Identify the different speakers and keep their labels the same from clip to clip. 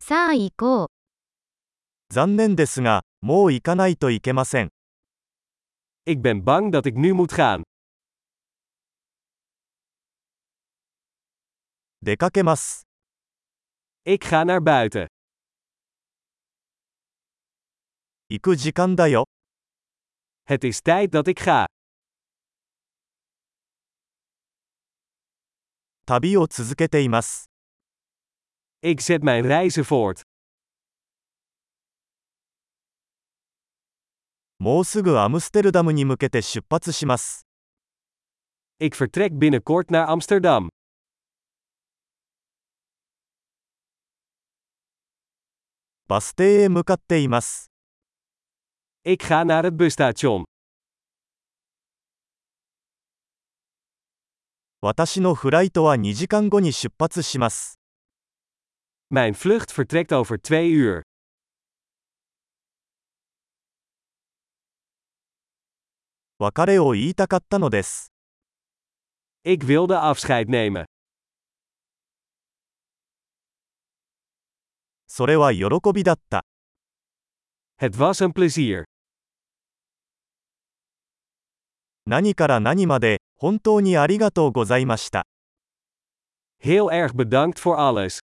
Speaker 1: さあ行こう。
Speaker 2: 残念ですが、もう行かないといけません。
Speaker 3: Ik ben bang dat ik nu moet gaan.
Speaker 2: 出かけます。
Speaker 3: Ik ga naar buiten.
Speaker 2: 行く時間だよ。
Speaker 3: Het is tijd dat ik ga.
Speaker 2: 旅を続けています。
Speaker 3: Ik zet mijn reizen voort.
Speaker 2: もうすぐアムステルダムに向けて出発します。
Speaker 3: Ik vertrek binnenkort naar Amsterdam.
Speaker 2: バス停へ向かっています。
Speaker 3: Ik ga naar het busstation.
Speaker 2: 私のフライトは2時間後に出発します。
Speaker 3: Mijn vlucht vertrekt over twee uur.
Speaker 2: 別れを言いたかったのです。
Speaker 3: Ik wilde afscheid nemen.
Speaker 2: それは喜びだった。
Speaker 3: Het was een plezier.
Speaker 2: 何から何まで、本当にありがとうございました。
Speaker 3: Heel erg bedankt voor alles.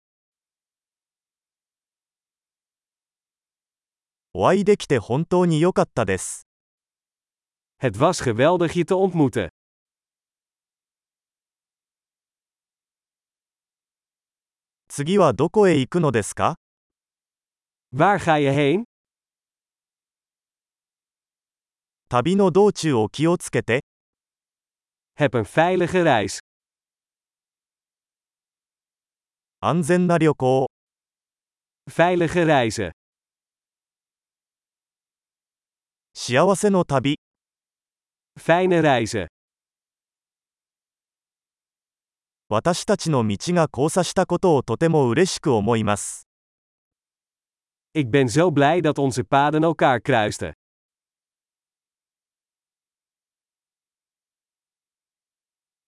Speaker 2: お会いできて本当に良かったです。
Speaker 3: Het was geweldig je te ontmoeten.
Speaker 2: 次はどこへ行くのですか
Speaker 3: Waar ga je heen?
Speaker 2: 旅の道中を気をつけて、
Speaker 3: Heb een veilige reis.
Speaker 2: 安全な旅行を。
Speaker 3: Veilige reizen.
Speaker 2: 幸せの旅、
Speaker 3: Fijne reizen.
Speaker 2: 私たちの道が交差したことをとても嬉しく思います。
Speaker 3: Ik ben zo blij dat onze paden elkaar kruisten.